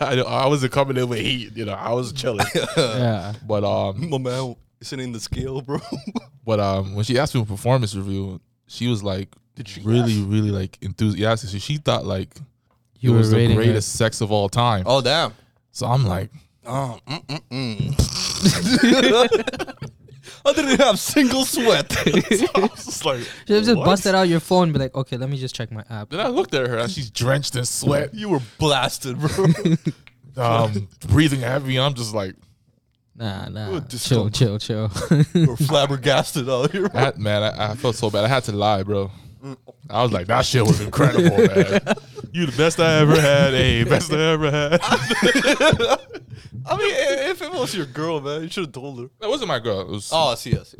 Speaker 1: I, I wasn't coming in with heat. You know, I was
Speaker 3: [laughs]
Speaker 1: chilling. [laughs]
Speaker 2: yeah.
Speaker 1: But um,
Speaker 3: My man isn't in the scale, bro. [laughs]
Speaker 1: but um, when she asked me for performance review, she was like,
Speaker 3: Did she
Speaker 1: really, really like enthusiastic? So she thought like
Speaker 2: You
Speaker 1: it was
Speaker 2: were
Speaker 1: the
Speaker 2: rating her.
Speaker 1: greatest sex of all time.
Speaker 3: oh damn.
Speaker 1: So I'm like,
Speaker 3: Oh, mm, mm,
Speaker 1: [laughs]
Speaker 3: mm. I didn't have
Speaker 2: [laughs]
Speaker 3: single sweat. [laughs] So I was just like,
Speaker 2: Should have just
Speaker 3: what?
Speaker 2: busted out your phone. Be like, okay, let me just check my app.
Speaker 1: then I looked at her and she's drenched in sweat,
Speaker 3: You were blasted,
Speaker 2: [laughs]
Speaker 3: bro.
Speaker 1: [laughs] um, breathing heavy. I'm just like,
Speaker 2: Nah, nah. Chill,
Speaker 3: disco.
Speaker 2: chill, chill. [laughs]
Speaker 3: you were flabbergasted
Speaker 1: [laughs]
Speaker 3: out here.
Speaker 1: I, man, I, I felt so bad. I had to lie, bro. I was like, that shit was incredible, man. You the best I ever had, hey, best I ever [laughs] had.
Speaker 3: I mean, i- if it was your girl, man, you should have told her.
Speaker 1: That wasn't my girl. It was,
Speaker 3: Oh, I see, I see.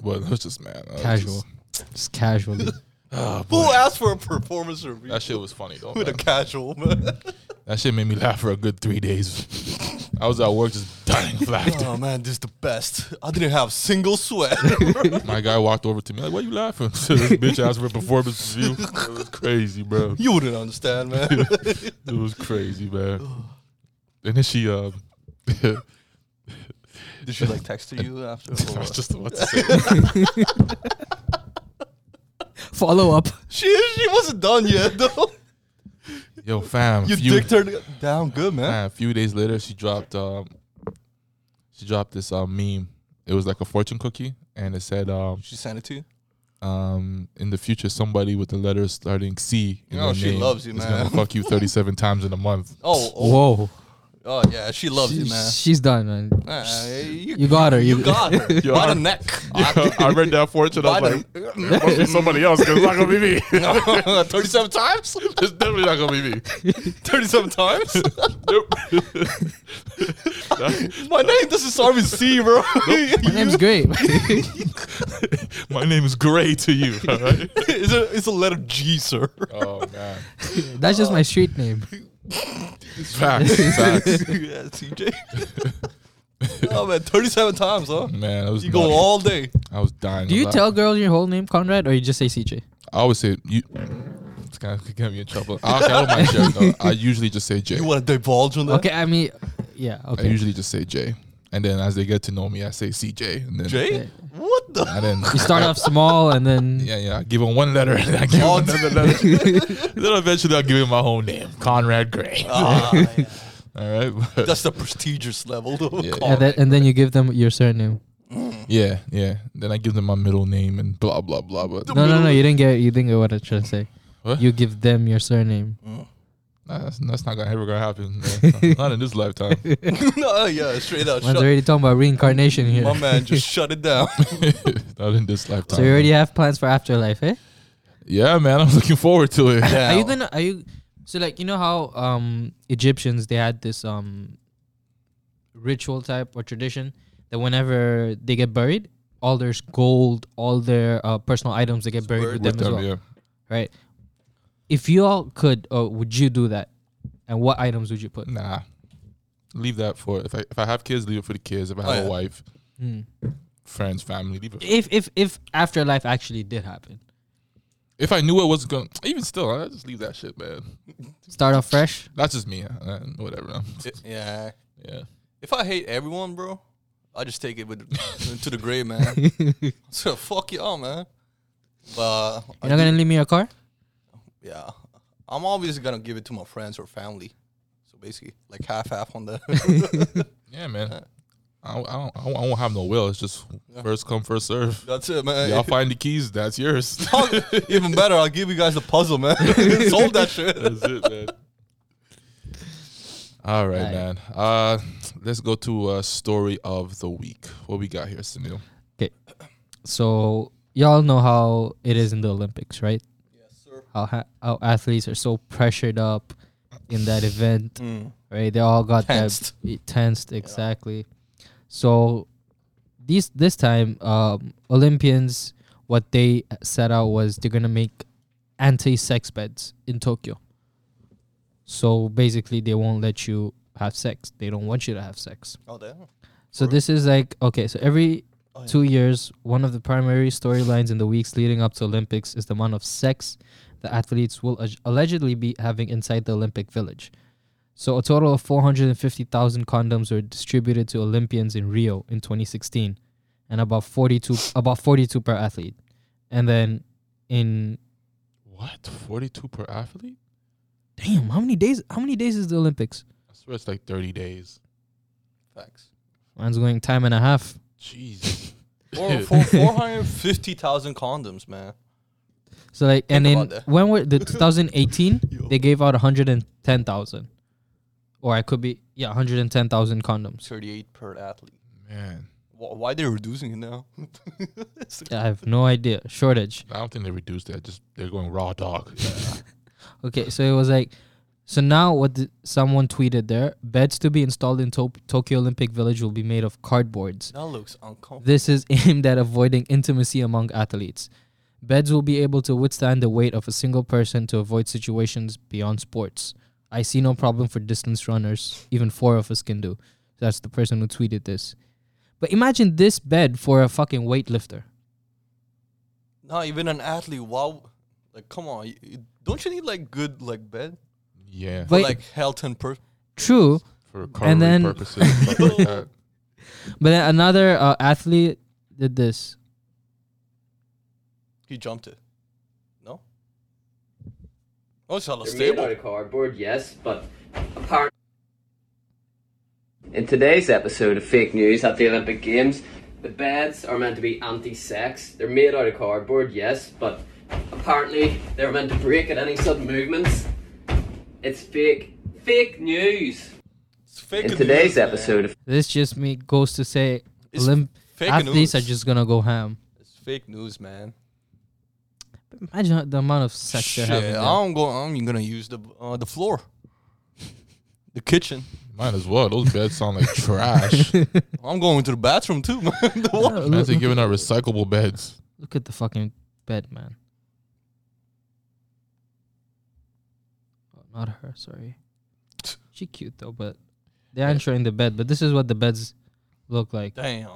Speaker 1: well, it was just man, I was
Speaker 2: casual.
Speaker 1: just-
Speaker 2: Just
Speaker 3: [laughs]
Speaker 2: casually.
Speaker 3: Who asked for a performance review?
Speaker 1: that shit was funny though.
Speaker 3: with a
Speaker 1: man.
Speaker 3: casual man.
Speaker 1: That shit made me laugh for a good three days. [laughs] I was at work just dying of laughter.
Speaker 3: [laughs] oh man, this is the best. I didn't have single sweat. [laughs]
Speaker 1: My guy walked over to me like, "What you laughing?" [laughs] this bitch asked for a performance review. [laughs] It was crazy, bro.
Speaker 3: you wouldn't understand, man.
Speaker 1: It was crazy, [sighs] man. And then she, um, [laughs] I
Speaker 3: [laughs] Did she like text to you [laughs] after? or
Speaker 1: was
Speaker 3: what?
Speaker 1: just about to say,
Speaker 2: Follow up.
Speaker 3: she she wasn't done yet [laughs] though.
Speaker 1: "Yo, fam,
Speaker 3: You
Speaker 1: few,
Speaker 3: dicked her down good, man.
Speaker 1: fam, a few days later, she dropped, um, she dropped this uh, meme. It was like a fortune cookie, and it said, um,
Speaker 3: She sent it to you.
Speaker 1: um, in the future, somebody with the letters starting C in
Speaker 3: Oh,
Speaker 1: their
Speaker 3: she
Speaker 1: name
Speaker 3: loves you,
Speaker 1: is
Speaker 3: man.
Speaker 1: gonna fuck you
Speaker 3: [laughs]
Speaker 1: thirty-seven times in a month."
Speaker 3: Oh, oh,
Speaker 2: Whoa.
Speaker 3: oh yeah, she loves you,
Speaker 2: She-
Speaker 3: man.
Speaker 2: She's done, man.
Speaker 3: Ah, you,
Speaker 2: You got her.
Speaker 3: [laughs]
Speaker 2: [laughs]
Speaker 3: you got her
Speaker 1: Yo,
Speaker 3: by
Speaker 1: I-
Speaker 3: the neck.
Speaker 1: [laughs] I read that fortune.
Speaker 3: By
Speaker 1: I was like,
Speaker 3: the,
Speaker 1: It must be somebody else because it's not gonna be
Speaker 3: [laughs]
Speaker 1: me.
Speaker 3: Thirty-seven times.
Speaker 1: [laughs] it's definitely not gonna be me.
Speaker 3: Thirty-seven times. [laughs]
Speaker 1: That-
Speaker 3: My name doesn't start with C, bro.
Speaker 2: My name's
Speaker 3: [laughs]
Speaker 2: great.
Speaker 1: [laughs] my name is Gray to you. [laughs] All
Speaker 3: [laughs]
Speaker 1: right?
Speaker 3: it's a it's a letter G, sir.
Speaker 1: Oh man,
Speaker 2: That's just my street name.
Speaker 1: facts, facts.
Speaker 3: [laughs] yeah, CJ. oh man, thirty-seven times, huh?
Speaker 1: Man, I was
Speaker 3: You go
Speaker 1: nuts.
Speaker 3: all day.
Speaker 1: I was dying.
Speaker 2: Do
Speaker 1: of
Speaker 2: you
Speaker 1: that.
Speaker 2: tell girls your whole name, Conrad, or you just say CJ?
Speaker 1: I always say you. It's gonna get me in trouble. I, okay, I don't mind sharing. though. I usually just say Jay.
Speaker 3: You want to divulge on that?
Speaker 2: Okay, I mean, yeah,
Speaker 1: I
Speaker 2: okay.
Speaker 1: usually just say Jay, and then as they get to know me, I say CJ, and then
Speaker 3: Jay? What the?
Speaker 1: and then
Speaker 2: You start off small and then
Speaker 1: Yeah, yeah. I give him one letter, and then I give
Speaker 3: Oh,
Speaker 1: him another letter.
Speaker 3: [laughs]
Speaker 1: then eventually I'll give him my whole name, Conrad Gray.
Speaker 3: Ah, yeah.
Speaker 1: All right.
Speaker 3: That's the prestigious level. Though.
Speaker 1: Yeah.
Speaker 2: and then, and then you give them your surname.
Speaker 1: yeah, yeah. Then I give them my middle name and blah blah blah. But
Speaker 2: No, no, no. You didn't get. You didn't get what I was trying to say.
Speaker 1: What?
Speaker 2: You give them your surname.
Speaker 1: nah, that's, that's not gonna ever gonna happen. man. [laughs] not in this lifetime.
Speaker 3: [laughs] no, yeah, straight out.
Speaker 2: Man's
Speaker 3: Shut,
Speaker 2: already talking about reincarnation here.
Speaker 3: my man just shut it [laughs] down.
Speaker 1: not in this lifetime.
Speaker 2: So you already have plans for afterlife, eh?
Speaker 1: Yeah, man. I'm looking forward to it.
Speaker 3: Yeah.
Speaker 2: Are you gonna? Are you? So like you know how um Egyptians they had this um ritual type or tradition that whenever they get buried, all their s- gold, all their uh, personal items, they get buried [laughs] with them
Speaker 3: buried
Speaker 1: With
Speaker 2: as
Speaker 1: them,
Speaker 2: well,
Speaker 1: yeah.
Speaker 2: right? If you all could, uh, would you do that? And what items would you put?
Speaker 1: Nah. Leave that for if I if I have kids, leave it for the kids. If I have
Speaker 3: Oh,
Speaker 1: a
Speaker 3: yeah.
Speaker 1: wife, friends, family, leave it.
Speaker 2: If if if afterlife actually did happen,
Speaker 1: If I knew it was gonna, even still, I just leave that shit, man.
Speaker 2: start off fresh.
Speaker 1: That's just me. uh, Whatever.
Speaker 3: yeah.
Speaker 1: Yeah.
Speaker 3: If I hate everyone, bro, I just take it with [laughs] to the grave,
Speaker 2: [laughs]
Speaker 3: man. so fuck y'all, man. But I
Speaker 2: You're not
Speaker 3: do-
Speaker 2: gonna leave me your car.
Speaker 3: yeah, I'm obviously gonna give it to my friends or family. So basically, like half half on the.
Speaker 1: Yeah, man. I don't, I, don't, I won't have no will. It's just first come, first
Speaker 3: [laughs]
Speaker 1: serve.
Speaker 3: That's it, man.
Speaker 1: Y'all find the keys. That's yours. [laughs]
Speaker 3: Even better, I'll give you guys the puzzle, man. [laughs] Solve that shit.
Speaker 1: That's it, man. All right,
Speaker 2: Right.
Speaker 1: man. Uh, let's go to uh, story of the week. What we got here, Sunil?
Speaker 2: So y'all know how it is in the Olympics, right?
Speaker 3: Yes, sir.
Speaker 2: How ha- how athletes are so pressured up in that event, right? They all got
Speaker 3: Mm. Tensed.
Speaker 2: that e- tensed exactly. So these this time, um, Olympians, what they set out was they're gonna make anti-sex beds in Tokyo. So basically, they won't let you have sex. They don't want you to have sex.
Speaker 3: Oh damn.
Speaker 2: So this is like okay. So every
Speaker 3: Oh, yeah.
Speaker 2: two years, one of the primary storylines in the weeks leading up to Olympics is the amount of sex the athletes will alleg- allegedly be having inside the Olympic Village. So a total of 450,000 condoms were distributed to Olympians in Rio in 2016, and about 42 about 42 per athlete. And then in
Speaker 1: What? Forty-two per athlete?
Speaker 2: damn, how many days? How many days is the Olympics?
Speaker 1: I swear it's like thirty days.
Speaker 3: Facts.
Speaker 2: Mine's going time and a half.
Speaker 1: Jeez.
Speaker 3: [laughs]
Speaker 1: [laughs]
Speaker 3: Four, four, 450,000 condoms, man.
Speaker 2: So like, and
Speaker 3: Think
Speaker 2: in
Speaker 3: about that.
Speaker 2: when were
Speaker 3: [laughs]
Speaker 2: the 2018?
Speaker 3: Yo.
Speaker 2: they gave out 110,000, or I could be yeah 110,000 condoms.
Speaker 3: 38 per athlete.
Speaker 1: man,
Speaker 3: Wh- Why they reducing it [laughs] now?
Speaker 2: I have no idea shortage.
Speaker 1: I don't think they reduced that. Just they're going raw dog.
Speaker 3: [laughs]
Speaker 2: Okay, so it was like, so now what the, someone tweeted there: beds to be installed in to- Tokyo Olympic Village will be made of cardboards.
Speaker 3: that looks uncomfortable.
Speaker 2: This is [laughs] aimed at avoiding intimacy among athletes. Beds will be able to withstand the weight of a single person to avoid situations beyond sports. I see no problem for distance runners. Even four of us can do. That's the person who tweeted this. But imagine this bed for a fucking weightlifter.
Speaker 3: Not even an athlete. Wow. Like, come on. You- you- Don't you need, like, good, like, bed?
Speaker 1: yeah,
Speaker 3: For,
Speaker 2: Wait.
Speaker 3: like, health and per.
Speaker 2: True,
Speaker 1: for recovery
Speaker 2: then-
Speaker 1: purposes. stuff like
Speaker 3: [laughs]
Speaker 1: that.
Speaker 2: but then another uh, athlete did this.
Speaker 3: He jumped it. No? Oh, it's hella
Speaker 4: They're made out
Speaker 3: stable.
Speaker 4: of cardboard, yes, but apparently. In today's episode of Fake News at the Olympic Games, the beds are meant to be anti sex. They're made out of cardboard, yes, but apparently they're meant to break at any sudden movements. It's fake. Fake news!
Speaker 3: It's fake
Speaker 4: In
Speaker 3: news,
Speaker 4: today's
Speaker 3: man.
Speaker 4: episode of
Speaker 2: This just me goes to say,
Speaker 3: It's
Speaker 2: Olymp-
Speaker 3: fake
Speaker 2: athletes
Speaker 3: news.
Speaker 2: are just gonna go ham.
Speaker 3: It's fake news, man.
Speaker 2: Imagine how- the amount of sex
Speaker 3: Shit,
Speaker 2: they're having. there.
Speaker 3: I'm go. I'm gonna use the uh, the floor, the kitchen.
Speaker 1: Might as well. Those beds sound
Speaker 2: [laughs]
Speaker 1: like
Speaker 3: [laughs]
Speaker 1: trash.
Speaker 3: I'm going to the bathroom too, man. [laughs] The wa-
Speaker 2: Yeah,
Speaker 1: Imagine
Speaker 2: look-
Speaker 1: giving out recyclable beds.
Speaker 2: Look at the fucking bed, man. Oh, not her, sorry. She cute though, but they aren't showing the bed. But this is what the beds look like.
Speaker 3: Damn.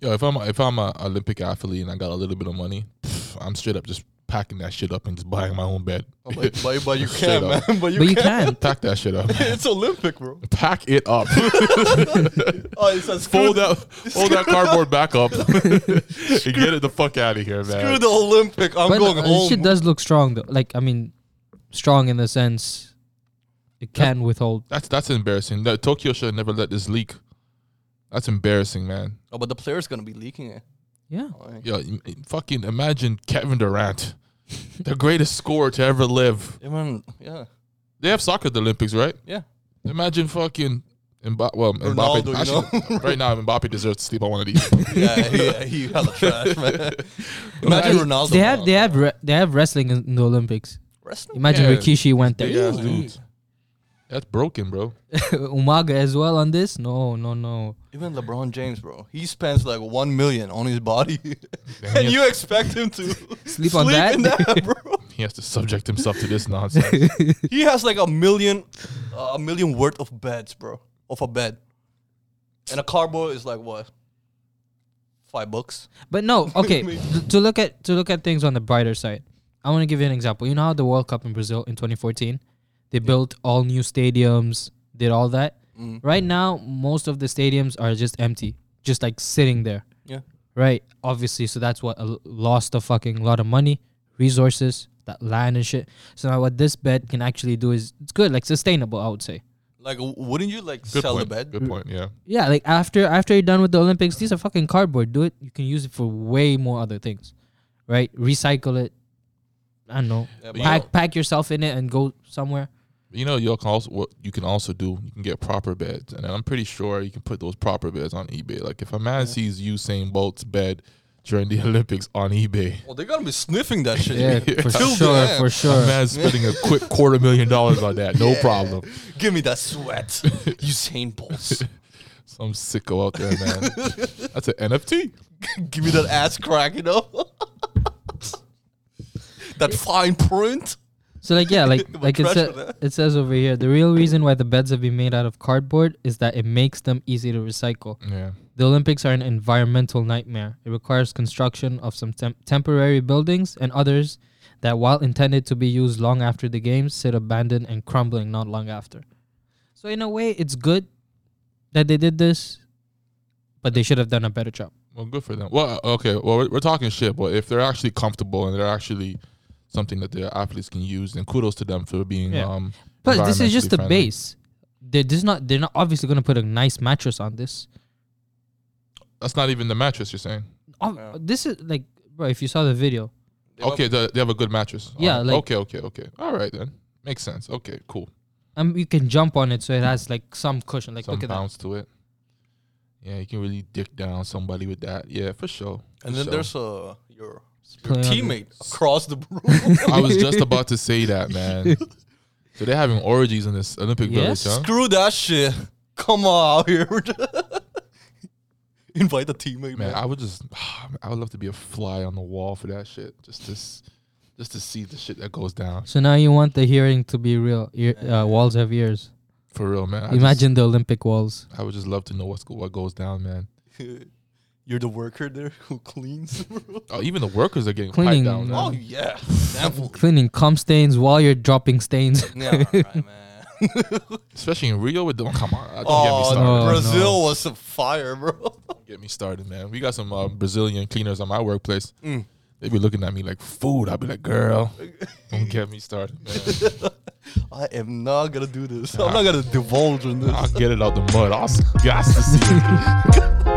Speaker 1: Yo, if I'm a, if I'm an Olympic athlete and I got a little bit of money, pff, I'm straight up just packing that shit up and just buying my own bed.
Speaker 3: I'm like, but, but
Speaker 4: [laughs]
Speaker 1: [laughs]
Speaker 3: you
Speaker 1: Straight
Speaker 3: can, man.
Speaker 1: up.
Speaker 3: But [laughs] you,
Speaker 2: but you
Speaker 3: can.
Speaker 2: can.
Speaker 1: Pack that shit up.
Speaker 3: It's Olympic, bro.
Speaker 1: Pack it up. [laughs]
Speaker 3: Oh, it says screw,
Speaker 1: fold
Speaker 3: [laughs]
Speaker 1: that fold that cardboard back up [laughs] and get it the fuck out of here,
Speaker 3: screw
Speaker 1: man.
Speaker 3: the Olympic. [laughs] I'm
Speaker 2: but
Speaker 3: going
Speaker 2: uh,
Speaker 3: home.
Speaker 2: shit does look strong though. Like I mean, strong in the sense it can withhold.
Speaker 1: That's that's embarrassing. That Tokyo should have never let this leak. That's embarrassing, man.
Speaker 3: oh, but the player's gonna be leaking it.
Speaker 2: Yeah,
Speaker 3: Like,
Speaker 1: Yo, im- im- fucking imagine Kevin Durant, the greatest scorer to ever live.
Speaker 3: Even yeah, [laughs]
Speaker 1: They have soccer at the Olympics, right?
Speaker 3: yeah.
Speaker 1: Imagine fucking Mbappe. Well, Mbappe.
Speaker 3: Ronaldo, you
Speaker 1: actually, [laughs] right now, Mbappe deserves to sleep on one of
Speaker 3: [laughs]
Speaker 1: these. [laughs]
Speaker 3: Yeah, yeah, he hella trash, man. Imagine
Speaker 2: They-
Speaker 3: Ronaldo.
Speaker 2: They have they
Speaker 3: now.
Speaker 2: have re- they have wrestling in, in the Olympics.
Speaker 3: Wrestling?
Speaker 2: Imagine
Speaker 1: Yeah.
Speaker 2: Rikishi went there.
Speaker 1: Big ass dudes. That's broken, bro.
Speaker 2: [laughs] Umaga as well on this. No, no, no.
Speaker 3: Even LeBron James, bro. He spends like one million on his body,
Speaker 1: Damn,
Speaker 3: and
Speaker 1: he,
Speaker 3: [laughs] you expect him to
Speaker 2: Sleep on
Speaker 3: in
Speaker 2: that?
Speaker 3: that, bro.
Speaker 1: he has to subject himself to this
Speaker 3: [laughs]
Speaker 1: nonsense.
Speaker 3: He has like a million, uh, a million worth of beds, bro, of a bed, and a cardboard is like what, five bucks.
Speaker 2: But no, okay. th- to look at to look at things on the brighter side, I want to give you an example. You know how the World Cup in Brazil in 2014, they built all new stadiums, did all that. Right now, most of the stadiums are just empty, just like sitting there.
Speaker 3: Yeah,
Speaker 2: Right, obviously, so that's what a l- lost a fucking lot of money, resources, that land and shit. So now what this bed can actually do is it's good, like sustainable. I would say.
Speaker 3: Like, w- wouldn't you like
Speaker 1: Good
Speaker 3: sell
Speaker 1: point.
Speaker 3: the bed?
Speaker 1: Good point. Yeah.
Speaker 2: Yeah, like after after you're done with the Olympics, these are fucking cardboard. Do it. You can use it for way more other things, right? Recycle it. I don't know.
Speaker 3: Yeah, but
Speaker 2: pack
Speaker 3: you-
Speaker 2: pack yourself in it and go somewhere.
Speaker 1: You know, you can also what you can also do. You can get proper beds, and I'm pretty sure you can put those proper beds on eBay. Like if a man sees Usain Bolt's bed during the [laughs] Olympics on eBay,
Speaker 3: Well, they're gonna be sniffing that
Speaker 2: [laughs]
Speaker 3: shit.
Speaker 2: Yeah,
Speaker 3: [laughs]
Speaker 2: for
Speaker 3: Till
Speaker 2: sure,
Speaker 3: then.
Speaker 2: for
Speaker 1: a
Speaker 2: sure.
Speaker 1: man's spending a
Speaker 2: [laughs]
Speaker 1: quick quarter million dollars on that, no problem.
Speaker 3: Give me that sweat, Usain Bolt.
Speaker 1: Some sicko out there, man.
Speaker 2: [laughs]
Speaker 1: That's an NFT.
Speaker 3: [laughs] Give me that ass crack, you know. [laughs] that fine print.
Speaker 2: So like yeah, like
Speaker 3: [laughs] The
Speaker 2: like it,
Speaker 3: pressure
Speaker 2: sa-
Speaker 3: there.
Speaker 2: it says over here, the real reason why the beds have been made out of cardboard is that it makes them easy to recycle.
Speaker 1: Yeah.
Speaker 2: The Olympics are an environmental nightmare. It requires construction of some temp- temporary buildings and others that, while intended to be used long after the games, sit abandoned and crumbling not long after. So, in a way, it's good that they did this, but they should have done a better job.
Speaker 1: Well, good for them. Well, uh, okay. Well, we're, we're talking shit, but if they're actually comfortable and they're actually something that their athletes can use, then kudos to them for being.
Speaker 2: Yeah.
Speaker 1: um
Speaker 2: But this is just
Speaker 1: environmentally
Speaker 2: the
Speaker 1: friendly.
Speaker 2: base. They're just not. They're not obviously going to put a nice mattress on this.
Speaker 1: That's not even the mattress you're saying.
Speaker 2: Ob-
Speaker 3: Yeah.
Speaker 2: Oh, This is like, bro. If you saw the video,
Speaker 1: Okay, the, they have a good mattress. on
Speaker 2: Yeah,
Speaker 1: it.
Speaker 2: like-
Speaker 1: okay, okay, okay. All right then, makes sense. Okay, cool.
Speaker 2: um, you can jump on it so it has like some cushion. Like,
Speaker 1: Some
Speaker 2: look at that.
Speaker 1: bounce to it. Yeah, you can really dick down somebody with that. Yeah, for sure. for
Speaker 3: And then
Speaker 1: sure.
Speaker 3: there's uh, your, your
Speaker 2: Play on the-
Speaker 3: teammate across the room. [laughs]
Speaker 1: I was just about to say that,
Speaker 2: [laughs]
Speaker 1: man. so they're having orgies in this Olympic
Speaker 2: Yes.
Speaker 1: village, huh?
Speaker 3: Screw that shit. Come on out here. [laughs] Invite the teammate, man.
Speaker 1: Man, I would just, [sighs] I would love to be a fly on the wall for that shit. Just to, s- just to see the shit that goes down.
Speaker 2: So now you want the hearing to be real. Ear, uh, walls have ears.
Speaker 1: For real, man. I just-
Speaker 2: Imagine the Olympic walls.
Speaker 1: I would just love to know what's go- what goes down, man.
Speaker 3: [laughs] You're the worker there who cleans.
Speaker 1: Oh, even the workers are getting
Speaker 2: Cleaning,
Speaker 1: piped down.
Speaker 3: oh
Speaker 1: Now.
Speaker 3: [laughs] yeah, definitely.
Speaker 2: Cleaning cum stains while you're dropping stains. [laughs]
Speaker 3: yeah, alright, man. [laughs]
Speaker 1: Especially in Rio with the come on, don't get me
Speaker 3: Oh,
Speaker 1: started.
Speaker 2: no.
Speaker 3: Brazil was a fire, bro. [laughs]
Speaker 1: Get me started, man. We got some uh, Brazilian cleaners at my workplace. They be looking at me like food. I'll be like, girl, don't get me started, man.
Speaker 3: I am not gonna do this. I'm not gonna divulge on this.
Speaker 1: [laughs] I'll get it out the mud. I'll got to see it.